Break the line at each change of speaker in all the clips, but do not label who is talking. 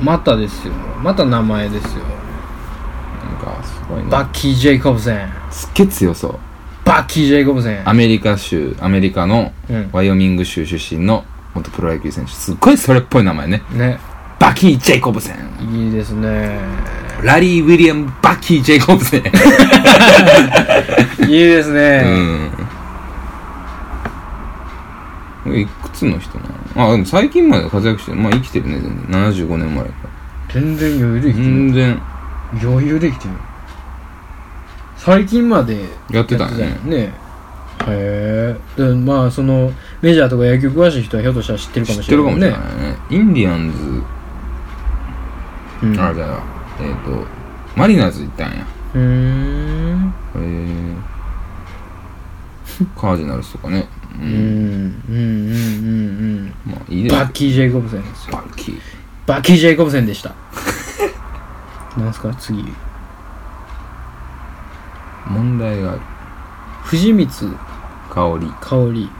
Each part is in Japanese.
またですよまた名前ですよ
なんかすごいね
バッキー・ジェイコブセン
すっげえ強そう
バッキー・ジェイコブセン
アメリカ州アメリカの
うん
ワイオミング州出身の元プロ野球選手すっごいそれっぽい名前ね
ね
バキー・ジェイコブセン
いいです ね
ラリー・ウィリアム・バキー・ジェイコブセン
いいです
う
ね、
んえいくつの人なのあでも最近まで活躍してるまあ生きてるね全然75年前から
全然余裕で生きてる、
全然
余裕で生きてる最近まで
やってたんやね
やってよねへえでまあそのメジャーとか野球詳しい人はひょっとしたら知ってるか
知
も
っ
してれ
るか
ない
もし
ね
れないねインディアンズ
うん
あれだよえっ、とマリナーズ行ったんや
うーん
へえカージナルスとかねう
うんんうんうんうん
まあい
うん
いです
バッキー・ジェイコブセンですよ
バッキー
バッキー・ジェイコブセンでした なんすか次
問題がある
藤光
香り
香織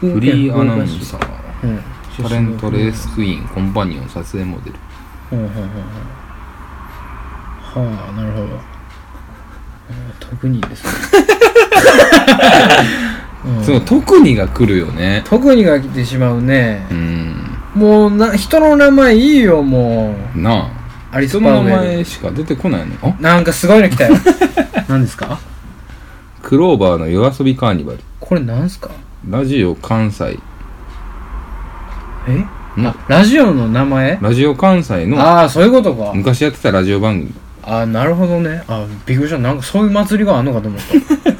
フリーアナウンサー
ー、うん、
タレントレースクイーンコンパニオン撮影モデル
はいはいはいはいはあなるほどあー特にですね、 うん
そう特にが来るよね
特にが来てしまうね
う、ん
もうな人の名前いいよもう
なあ
アリス・
人の
パウエ
名
ル
前しか出てこないのあ
なんかすごいの来た よ何ですか
クローバーの夜遊びカーニバル
これなんすか
ラジオ関西
え
の
ラジオの名前
ラジオ関西の
ああそういうことか
昔やってたラジオ番組
ああなるほどねあーびっくりしたなんかそういう祭りがあんのかと思った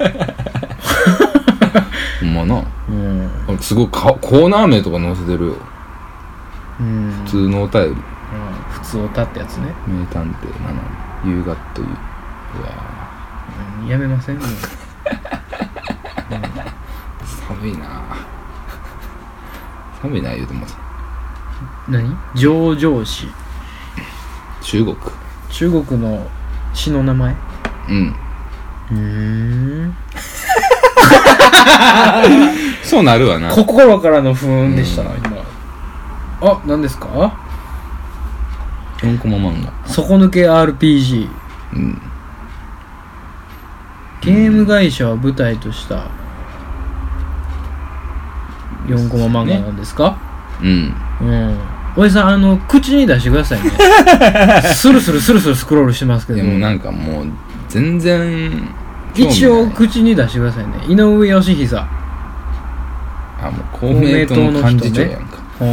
ほんまな
うん、
あすごいかコーナー名とか載せてるよ
うん
普、通のお便り
うん普通を歌ってやつね
名探偵なの夕方といううわ
うんやめませんもう
ぁ寒いなぁ寒いなぁ言うても
何上場市
中国
中国の市の名前う
うん
ーん
そうなるわな
心からの不運でした
うん
今あ何ですか
4コマ漫画
底抜け RPG
うん
ゲーム会社を舞台とした4コマ漫画なんですか
うん
うんおじさんあの口に出してくださいね スルスルスルスルスクロールしてますけ
で
ど
もなんかもう全然興味ない
一応口に出してくださいね井上義久
あもう公明党の幹事長やんか
ほー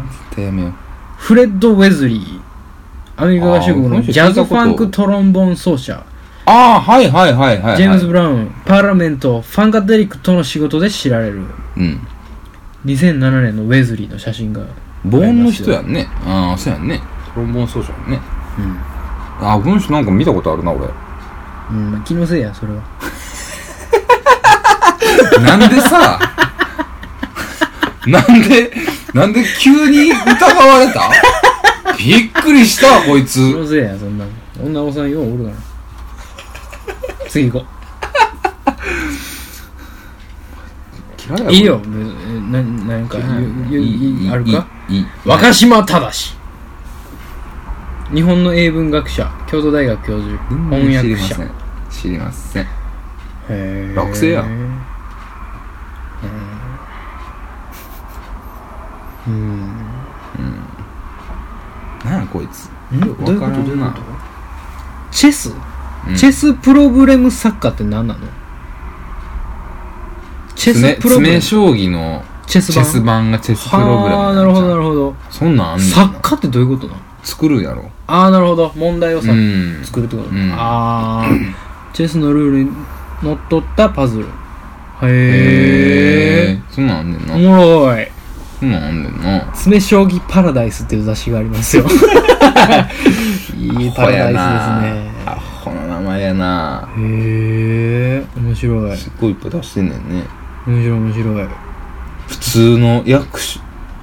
ん
絶対やめよう
フレッド・ウェズリーアメリカ合衆国
あ
の
ー
ジャズ・ファンク・トロンボン奏者
ああはいはいはいはい、はい、
ジェームズ・ブラウンパーラメントファンカデリックとの仕事で知られる
うん
2007年のウェズリーの写真が、
ボーンの人やんねああそうやんねトロンボーン奏者やんねああこの人なんか見たことあるな俺
うんまあ、気のせいやそれは
なんでさ なんでなんで急に疑われたびっくりしたわこい
気
つ
のせいやそんなの女おさんようおるから次行こ
嫌やわ
ういいよ別にななんか
嫌やわ
ゆゆ
いい
ゆ
いい
あるか
いいいい
若島正日本の英文学者京都大学教授翻訳者
知りません知りません
へー
学生やん
うんうん
なんやこいつ
どういうこ
わから
と
ん
どういうこ
な
とチェス、
うん
チェスプログラム作家って何なのチェ
詰
スプログラ
詰
ム
将棋の
チェス
チ
版
ェス版がチェスプログラム
はあなるほどなるほど
そんなんあんねんな
作家ってどういうことなの
作るんやろ
ああなるほど問題を
う
さ、
ん
作るってこと、
うん
ああチェスのルールにのっとったパズルへえ
へえそんなんあんねん
お
な
もろい
そんなんあんねんな
詰将棋パラダイスっていう雑誌があります よいいパラダイス
アホの名前やな
ですねへえ面白い
すっごいいっぱい出してんねんね
面白い面白い
普通の役者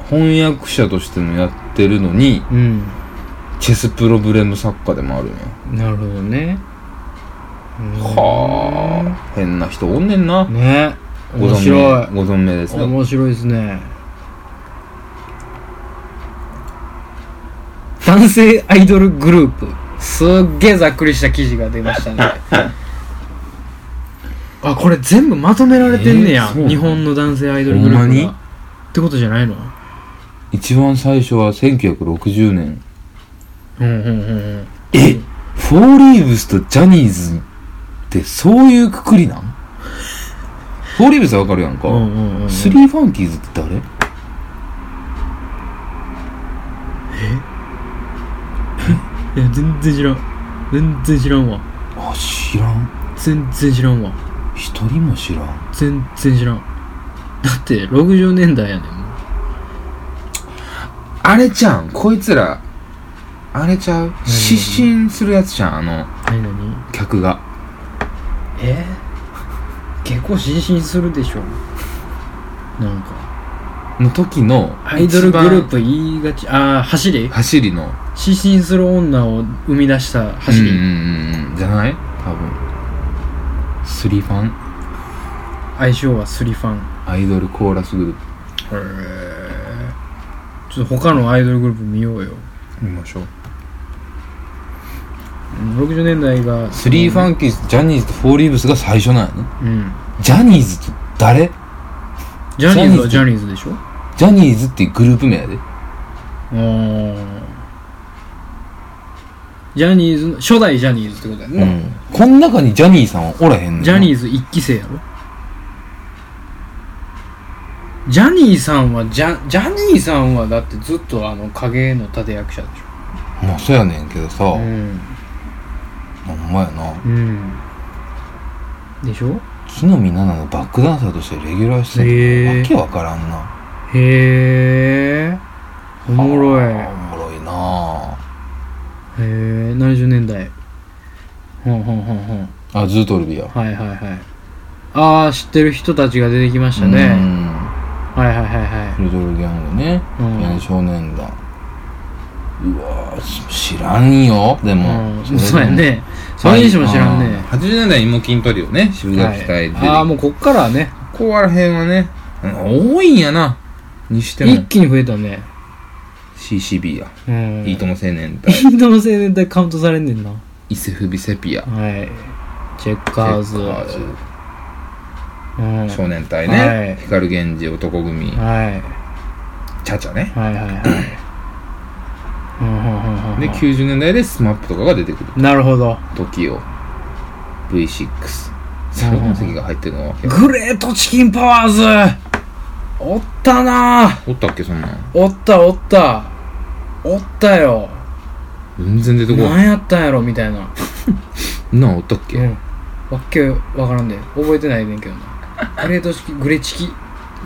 翻訳者としてもやってるのに
うん
チェスプログラム作家でもあるね
なるほどね
はあ変な人おんねんな
あね
ご
面
存命
白い
ご存命ですね
面白いですね男性アイドルグループすっげえざっくりした記事が出ましたね あこれ全部まとめられてんねや、
えーそうなの
日本の男性アイドルグループ
ほんまに
がってことじゃないの
一番最初は1960年
うんうんうん
えフォーリーブスとジャニーズってそういうくくりなんフォーリーブスはわかるやんか、
うんうんうんうん
スリーファンキーズって誰え
いや全然知らん全然知らんわ
あ知らん
全然知らんわ
一人も知らん
全然知らんだって60年代やねんもう
あれちゃんこいつらあれちゃう
何
失神するやつじゃんあの
何何
客が
え結構失神するでしょなんか
の時の
アイドルグルー
プ
プ言いがちああ走り
走りの
失神する女を生み出した走り、
うんうんうんうんじゃない多分スリーファン
相性はスリファン
アイドルコーラスグルー
ちょっと他のアイドルグループ見ようよ
プ見ましょう
60年代が
スリーファンキーズジャニーズとフォーリーブスが最初なんやね
うん
ジャニーズと誰
ジャニーズはジャニーズでしょ
ジャニーズっていうグループ名やで
あージャニーズの初代ジャニーズってことやんな、
うんこん中にジャニーさんはおらへんねん
ジャニ
ー
ーズ一期生やろジャニーさんはジャジャニーさんはだってずっとあの影の立役者でし
まあそうやねんけどさ
ょうん、
ほんまやな
うん、でしょ
木の実奈々のバックダンサーとしてレギュラーして
へー
るわけわからんな
へえおもろい
あ
へ
ーおもろいな
え70年代ほんほんほんほん
あずっとおるびや
はいはいはいああ知ってる人たちが出てきました
う
ね
ん
はいはいはいは
リトルギャングね、
うん
ヤン少年団うわーし知らんよでも、
いうんそうやねそれにしても知らんね
80年代芋筋トリオね渋
は
垣隊
い
で、
ああもうこっからはね
ここら辺はねうん多いんやなにして
一
も
気に増えたね
CCB や、
うん
いいとも青年隊
インドの青年隊カウントされんねんなは
イセフビセピア
いチェッカーズ
チェッカーズ
うん
少年隊
はい
ね、光源氏男組
は
チャチャね
いはいはいはいうんうんうんうん
で90年代で SMAP とかが出てくる
なるほど
TOKIOV6 その席が入ってるのは
グレートチキンパワーズおったな
おったっけそんなん
おったおったおったよ
全然出てこない
何やったんやろみたいな
なあおったっけ、
うんわっけわからんで覚えてないねんけどなグレートチキグレチキ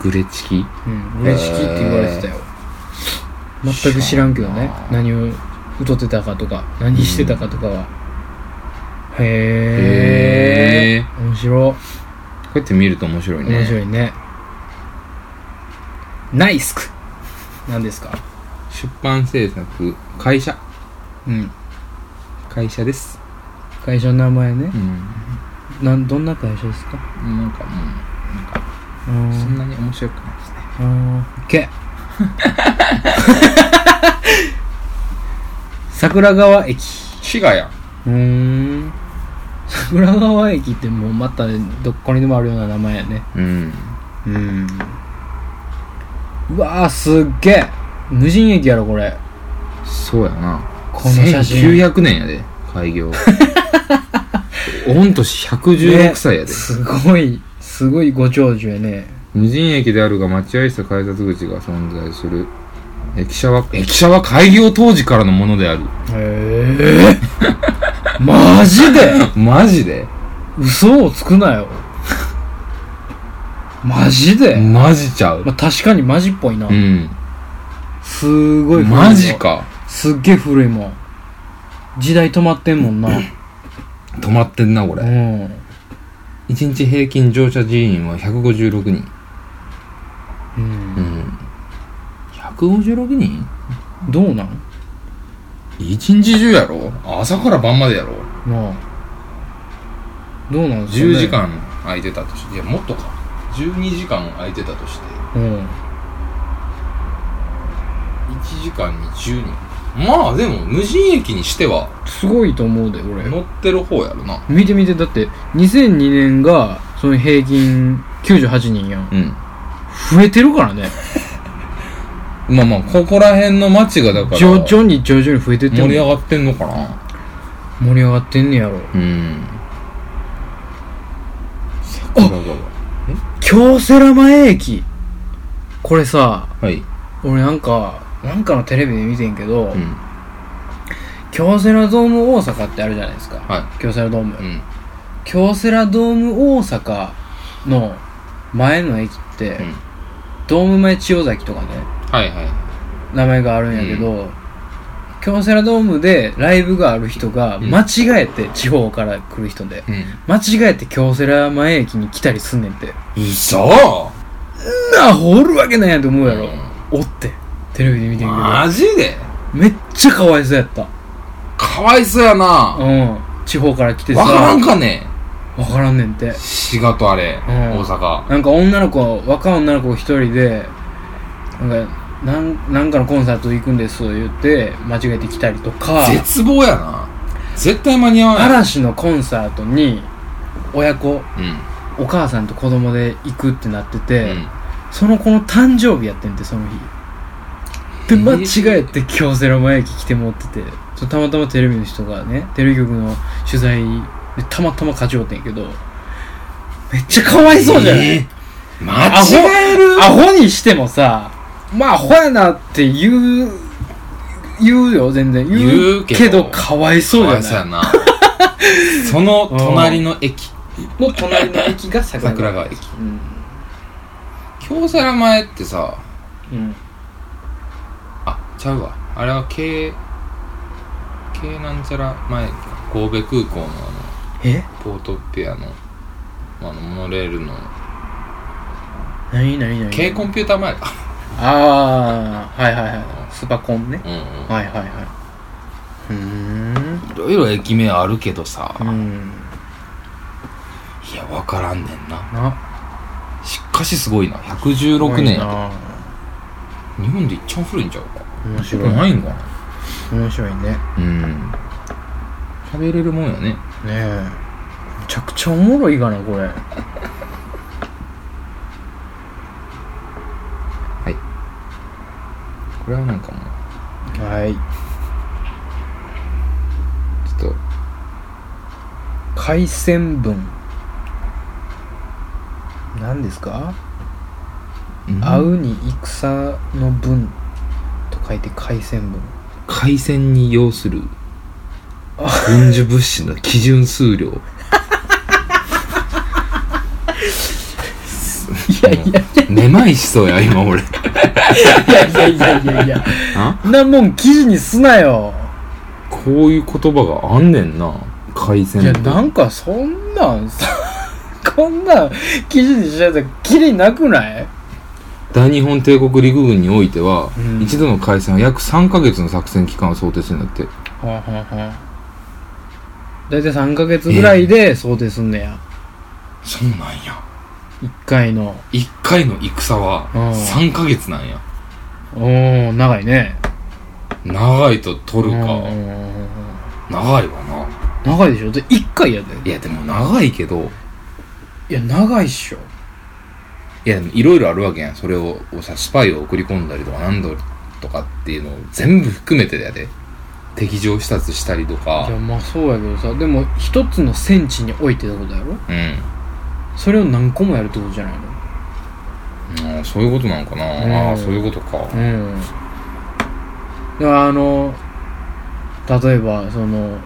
グレチキ
うん、嬉しきって言われてたよ、全く知らんけどね何を歌ってたかとか何してたかとかは、へえ
へ
面白
こうやって見ると面白い
い
ね
面白いねナイスク何ですか
出版制作会社
うん
会社です
会社の名前ね
う、ん
なんどんな会社ですか
なんかも
う
うそん
ん
なに面白くないですね
あ ー OK 桜川駅
滋賀や
うーん桜川駅ってもうまたどっかにでもあるような名前やね
うん
うんうわーすっげえ無人駅やろこれ
そうやな
この写真
1900年やで開業 御年116歳やで、
すごいすごいご長寿やね
無人駅であるが待合室と改札口が存在する駅舎は駅舎は開業当時からのものである
ええマジで
マジで
嘘をつくなよマジで、
マジちゃう
まあ、確かにマジっぽいな、
うん
すごい古いもん
マジか
すっげえ古いもん時代止まってんもんな
止まってんなこ
う
れ
ん
1日平均乗車人員は156人
うん
うん156人
どうなん
一日中やろ朝から晩までやろ
なあどうなんすかね
10時間空いてたとしていやもっとか12時間空いてたとして
うん
1時間に10人まあでも無人駅にしては
すごいと思うで俺
乗ってる方やろな
見て見てだって2002年がその平均98人やん
うん
増えてるからね
まあまあここら辺の街がだから
徐
盛
々に徐々に増えてって
り
盛
上がってんのかな
り上がってんねやろ
うん桜川
京セラ前駅これさ
はい
俺なんかなんかのテレビで見てんけど、
うん
京セラドーム大阪ってあるじゃないですか、
は
京セラドーム、
うん
京セラドーム大阪の前の駅って、
ん
ドーム前千代崎とかね
はいはい
名前があるんやけど、京セラドームでライブがある人が
うん
間違えて、地方から来る人で
うん
間違えて京セラ前駅に来たりすんねんて
嘘
なあおるわけないやんって思うやろ、おってテレビで見てんけど
マジで
めっちゃかわいそうやった
かわいそうやな
うん地方から来てさ
わからんかね
わからんねんて
仕事あれ
うん
大阪
なんか女の子若い女の子一人でなんかなんなんかのコンサート行くんです言って間違えて来たりとか
絶望やな絶対間に合わない
嵐のコンサートに親子
うん
お母さんと子供で行くってなってて、
うん
その子の誕生日やってんてその日で
えー
間違えて京セラ前駅来て持っててそうたまたまテレビの人がねテレビ局の取材でたまたま勝ち負ってんけどめっちゃかわいそうじゃない、
えー間違える
アホにしてもさまあアホやなって言う言うよ全然
言うけど
かわいそう
かわい
じ
そう
ゃ
や
ない
な その隣の駅
の隣の駅が桜
桜川駅
うん、
京セラ前ってさ
うん、
あちゃうわあれは京京なんちゃら前駅神戸空港のあ
え
のポートピアのあのモノレールの
何何何
京コンピューター前か
ああはいはいはいスパコンね
うんうん
はいはいはいうーん
いろいろ駅名あるけどさ
うん
いや分からんねんな
な
しかしすごいな116年日本で一番古いんちゃうか
面白い
ないんかな
面白いねね
うん喋れるもんやね
えめちゃくちゃおもろいがなこれ
これはなんかもう
はい
ちょっと
海鮮分何ですか、会うに戦の分と書いて海鮮分
海鮮に要する軍需物資の基準数量い
やいやい
やめまいしそうや 今
い
俺
やいやいやいやい や
あ
んなもん記事にすなよ
こういう言葉があんねんな海鮮
いやなんかそんなんさ こんなん記事にしちゃったらキリなくない
大日本帝国陸軍においては、
うん
一度の海戦は約3ヶ月の作戦期間を想定するんだって
はんはんはん大体3ヶ月ぐらいで想定すんねや、
そうなんや
一1回の
1回の戦は
うん
3ヶ月なんや
おお長いね
長いと取る
うん
か、
うんうんうん
長いわな
長いでしょで1回やで
いやでも長いけど
いや長いっしょ
いやでもいろいろあるわけやんそれをさスパイを送り込んだりとか何度とかっていうのを全部含めてだで敵情視察したりと
いや
か
まあそうやけどさでも一つの戦地に置いてってことやろ
うん
それを何個もやるってことじゃないの
ああそういうことなんかな、
うん
ああそういうことか、
うんだからあの例えばその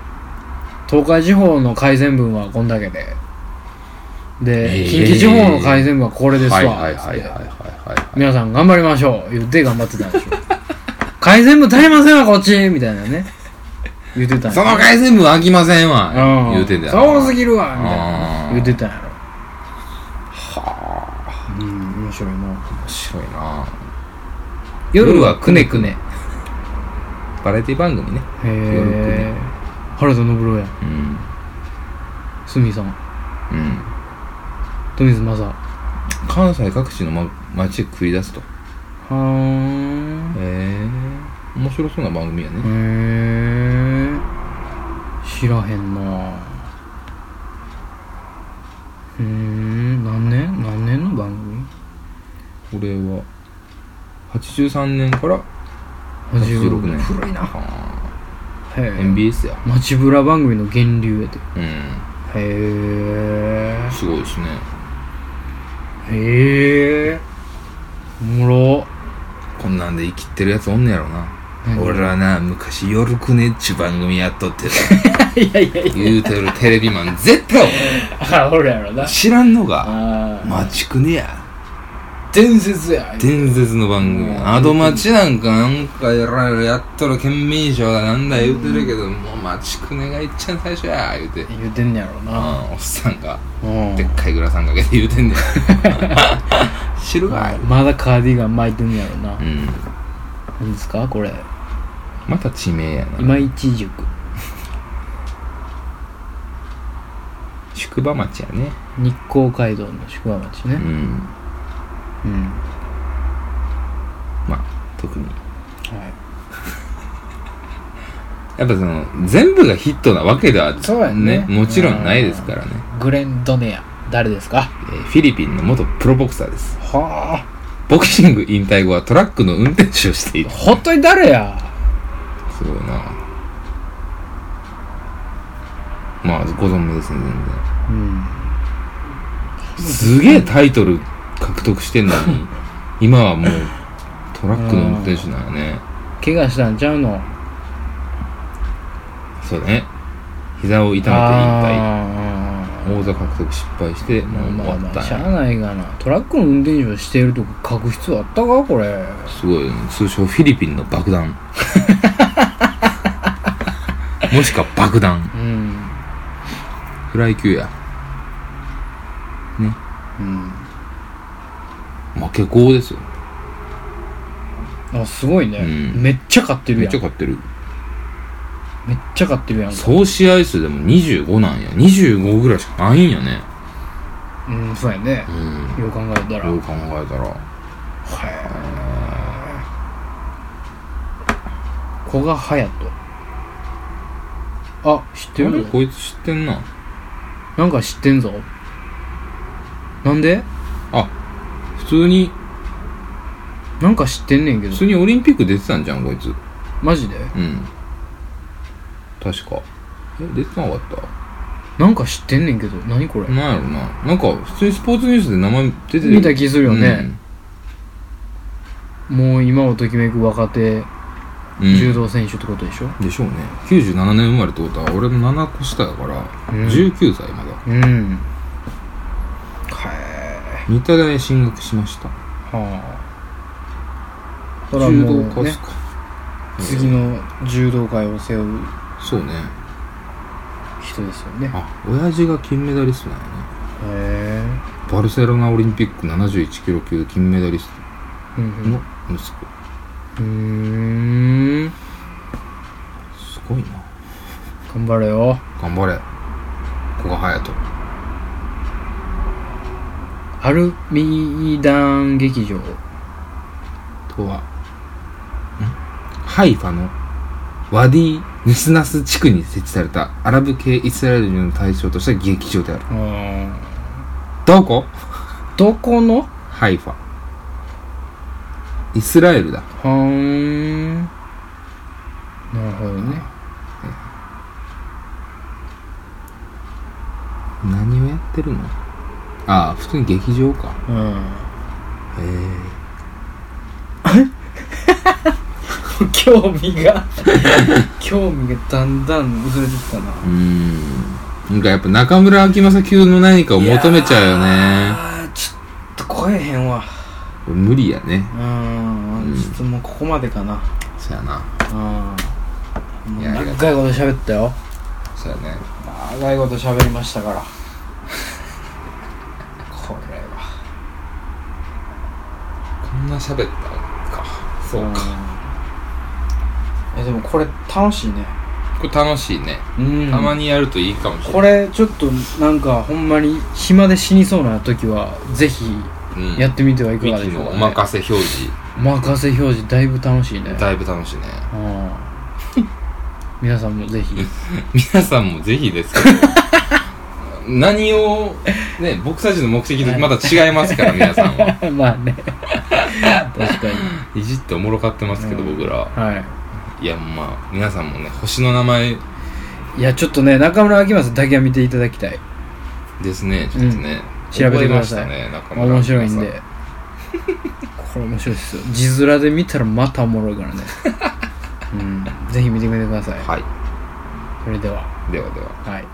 東海地方の改善分はこんだけでで、
えー
近畿地方の改善分はこれですわ、
はいはいはいはいはいはい
皆さん頑張りましょう言って頑張ってたんでしょ 改善分足りませんわこっちみたいなね言ってたんや
その回全部飽きませんわ
うん
言うてんだよな
そうすぎるわみたいな
うん
言ってたんやろ
はあ
うん面白いな
面白いな
夜はくねくね
バラエティ番組ね
へ
夜く
え
ね
原田信郎や
うん
鷲見さん
うん
富水正は
関西各地の、ま、街へ繰り出すとへ
ーん
え面白そうな番組やね、
へえ知らへんなうーん何年何年の番組
これは83年から86年
古いな
は
へ
あ
え
MBS や
街ブラ番組の源流やて
うん
へ
すごいですね
えへえおもろ
こんなんで生きてるやつおんねやろな
何
俺らな昔「夜くね」っちゅう番組やっとってた
いやいやい
言うてるテレビマン絶対お前
や俺やろな
知らんのが
ああ
待ちくねや
伝説や
伝説の番組
うん
アド街なんかなんかやらやっとる県民賞だなんだ言うてるけど、もう町くねがいっちゃん最初や言うて、うん、
言うてんねやろな
おっさんが
うん
でっかいグラサンかけて言うてん ねん知るかい
まだカーディガン巻いてんねやろな
うん
何ですかこれ
また地名やな
今市塾
宿場町やね
日光街道の宿場町
う
ね
ん
うん、
まあ特に
はい
やっぱその全部がヒットなわけでは
そうやね
もちろんないですからね、
グレン・ドネア誰ですか
えーフィリピンの元プロボクサーです
は
ボクシング引退後はトラックの運転手をしてい
あ
た
本当に誰や
すごいなまあご存命ですね
うん
全然すげえタイトル獲得してんのに今はもうトラックの運転手なのね
怪我したんちゃうの
そうね膝を痛めて引退
あ
王座獲得失敗して
ーまあ
もう
まあ
終わ
ま
っ
あしゃあ
た
ないがなトラックの運転手をしているとこ書く必要あったかこれ
すごいよね通称フィリピンの爆 弾もしくは爆弾
うん
フライ級や
うん
負け校ですよ
あすごいね、
うん
めっちゃ買ってる
め
や
っ
んめ
ちゃ
っ
勝ってる
ちゃ買ってるやんか
総試合数でも25なんや25ぐらいしかないんやね
うんそうやね
う、ん
よう考えたら
よう考えたら
はい。古賀隼人。あ、知って
あれ
る
こいつ知ってんな
なんか知ってんぞ。なんで
普通に
なんか知ってんねんけど
普。通にオリンピック出てたんじゃんこいつ
マジで
うん確かえ出てなかっ
なんか知ってんねんけど。何これ
たなんやろななんか普通にスポーツニュースで名前出てる
見た気するよね。もう今をときめく若手、
うん、うん
柔道選手ってことでしょ
でしょうね97年生まれってことは俺の7個下やから、
うん
19歳まだ
うん。はい。
三田大へ進学しました
はあ。それは
柔
も
道
う、
家っ
ね
す、か、
次の柔道界を背負う
そうね
人ですよね。
あ親父が金メダリストなんやね
へ
バルセロナオリンピック71キロ級金メダリス
え。う
ト
ん
の息子
うん。うーん。
すごいな
頑張れよ。
頑張れ古賀隼人
アルミダン劇場。
とはんハイファのワディ・ニスナス地区に設置されたアラブ系イスラエル人の対象とした劇場であるどこ
どこのは
ハイファイスラエルだ
ーん。なるほどね。
何をやってるのああ普通に劇場か
うん。
へえ
興味が、興味がだんだん薄れてきたな。
うーん。なんかやっぱ中村明正級の何かを求めちゃうよね。
ああ、ちょっと超えへんわ。
無理やね。
うん。
うん
ちょっともうここまでかな。
そやな。
うん。もう
いやありが
長いこと喋ったよ。
そやね。
長いこと喋りましたからこれは
こんな喋ったか。そうか。
かえでもこれ楽しいね
これ楽しいね。
うん
たまにやるといいかもしれ
こ
ない。
れちょっとなんかほんまに暇で死にそうな時はぜひ
うん
やってみてはいか
ミ
がで
キ
しょう
の
か、
お
ね
任せ表示。
マーカー性表示だいぶ楽しいね
だいぶ楽しいね
うん皆さんもぜひ
皆さんもぜひです けど何をね僕たちの目的とまた違いますから皆さんは
まあね確かに
いじっておもろかってますけど、
うん
僕ら
はい
やまあ皆さんもね星の名前
いいやちょっとね中村明正だけは見ていただきたい
ですねちょっとね、
調べてください
覚えましたね中村
面白いん
皆
でこれ面白いですよ字面で見たらまたおもろいから ねうんぜひ見てみてください
さんはい
それでは
ではでは
はい